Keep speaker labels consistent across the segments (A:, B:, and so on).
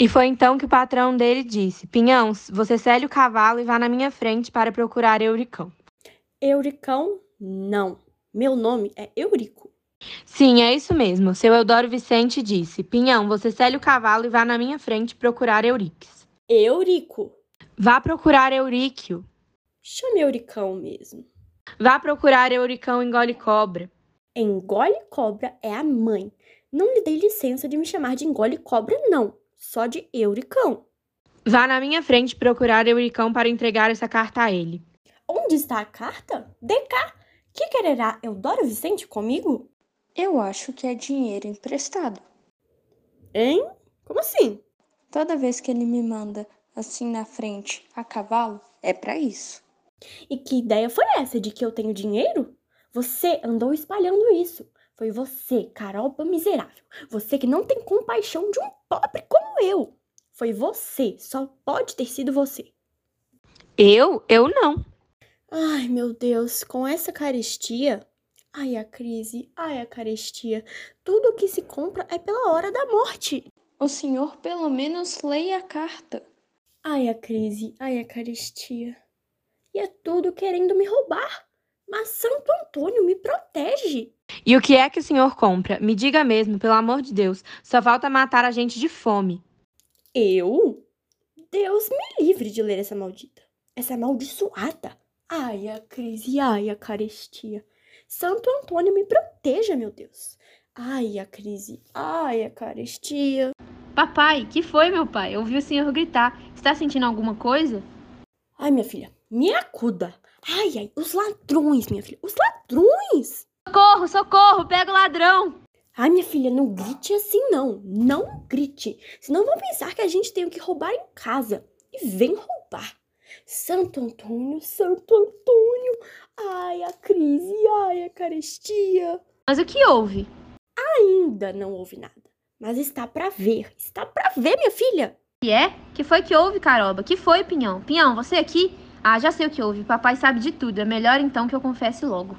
A: E foi então que o patrão dele disse: Pinhão, você cele o cavalo e vá na minha frente para procurar Euricão.
B: Euricão, não. Meu nome é Eurico.
A: Sim, é isso mesmo. Seu Eudoro Vicente disse: Pinhão, você cele o cavalo e vá na minha frente procurar Eurix.
B: Eurico.
A: Vá procurar Euríquio.
B: Chame Euricão mesmo.
A: Vá procurar Euricão engole cobra.
B: Engole cobra é a mãe. Não lhe dei licença de me chamar de engole cobra, não. Só de Euricão.
A: Vá na minha frente procurar Euricão para entregar essa carta a ele.
B: Onde está a carta? Dê cá. Que quererá Eudoro Vicente comigo?
C: Eu acho que é dinheiro emprestado.
B: Hein? Como assim?
C: Toda vez que ele me manda assim na frente a cavalo, é para isso.
B: E que ideia foi essa de que eu tenho dinheiro? Você andou espalhando isso. Foi você, caroba miserável. Você que não tem compaixão de um pobre como eu. Foi você, só pode ter sido você.
A: Eu? Eu não.
B: Ai, meu Deus, com essa carestia. Ai, a crise, ai, a carestia. Tudo o que se compra é pela hora da morte.
C: O senhor pelo menos leia a carta.
B: Ai, a crise, ai, a carestia. E é tudo querendo me roubar. Mas Santo Antônio me protege.
A: E o que é que o senhor compra? Me diga mesmo, pelo amor de Deus. Só falta matar a gente de fome.
B: Eu? Deus me livre de ler essa maldita. Essa amaldiçoada. Ai, a crise, ai, a carestia. Santo Antônio me proteja, meu Deus. Ai, a crise, ai, a carestia.
A: Papai, que foi, meu pai? Eu ouvi o senhor gritar. Está sentindo alguma coisa?
B: Ai, minha filha, me acuda. Ai, ai, os ladrões, minha filha, os ladrões.
A: Socorro, socorro, pega o ladrão!
B: Ai, minha filha, não grite assim, não. Não grite. Senão vão pensar que a gente tem o que roubar em casa. E vem roubar. Santo Antônio, Santo Antônio. Ai, a crise, ai, a carestia.
A: Mas o que houve?
B: Ainda não houve nada. Mas está para ver. Está para ver, minha filha.
A: E é? Que foi que houve, Caroba? Que foi, Pinhão? Pinhão, você aqui? Ah, já sei o que houve. Papai sabe de tudo. É melhor então que eu confesse logo.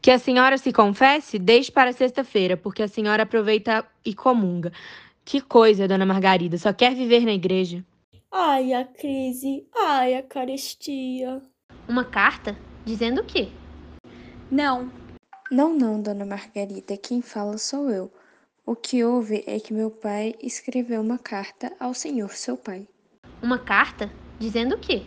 A: Que a senhora se confesse, deixe para sexta-feira, porque a senhora aproveita e comunga. Que coisa, dona Margarida, só quer viver na igreja.
B: Ai, a crise, ai, a carestia.
A: Uma carta? Dizendo o quê?
C: Não. Não, não, dona Margarida, quem fala sou eu. O que houve é que meu pai escreveu uma carta ao senhor seu pai.
A: Uma carta? Dizendo o quê?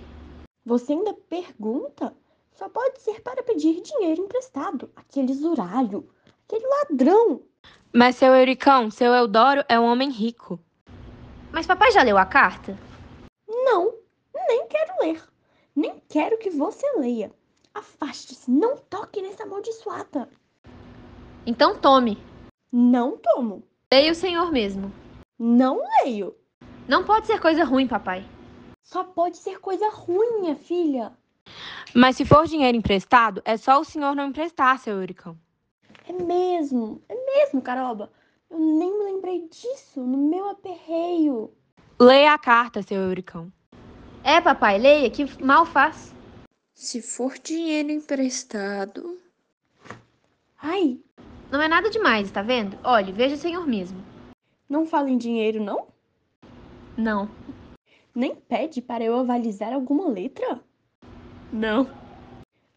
B: Você ainda pergunta? Só pode ser para pedir dinheiro emprestado. Aquele zuralho, aquele ladrão.
A: Mas seu Euricão, seu Eudoro é um homem rico. Mas papai já leu a carta?
B: Não, nem quero ler. Nem quero que você leia. Afaste-se, não toque nessa amaldiçoada.
A: Então tome.
B: Não tomo,
A: Leia o senhor mesmo.
B: não leio.
A: Não pode ser coisa ruim, papai.
B: Só pode ser coisa ruim, minha filha.
A: Mas se for dinheiro emprestado, é só o senhor não emprestar, seu Euricão.
B: É mesmo, é mesmo, Caroba. Eu nem me lembrei disso no meu aperreio.
A: Leia a carta, seu Euricão. É, papai, leia, que mal faz.
C: Se for dinheiro emprestado,
B: Ai,
A: Não é nada demais, tá vendo? Olhe, veja o senhor mesmo.
B: não fala em dinheiro, não?
A: Não.
B: Nem pede para eu avalizar alguma letra?
A: Não.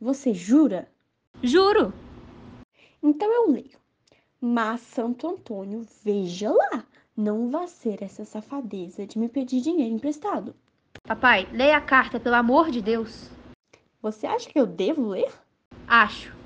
B: Você jura?
A: Juro.
B: Então eu leio. Mas Santo Antônio, veja lá. Não vá ser essa safadeza de me pedir dinheiro emprestado.
A: Papai, leia a carta, pelo amor de Deus.
B: Você acha que eu devo ler?
A: Acho.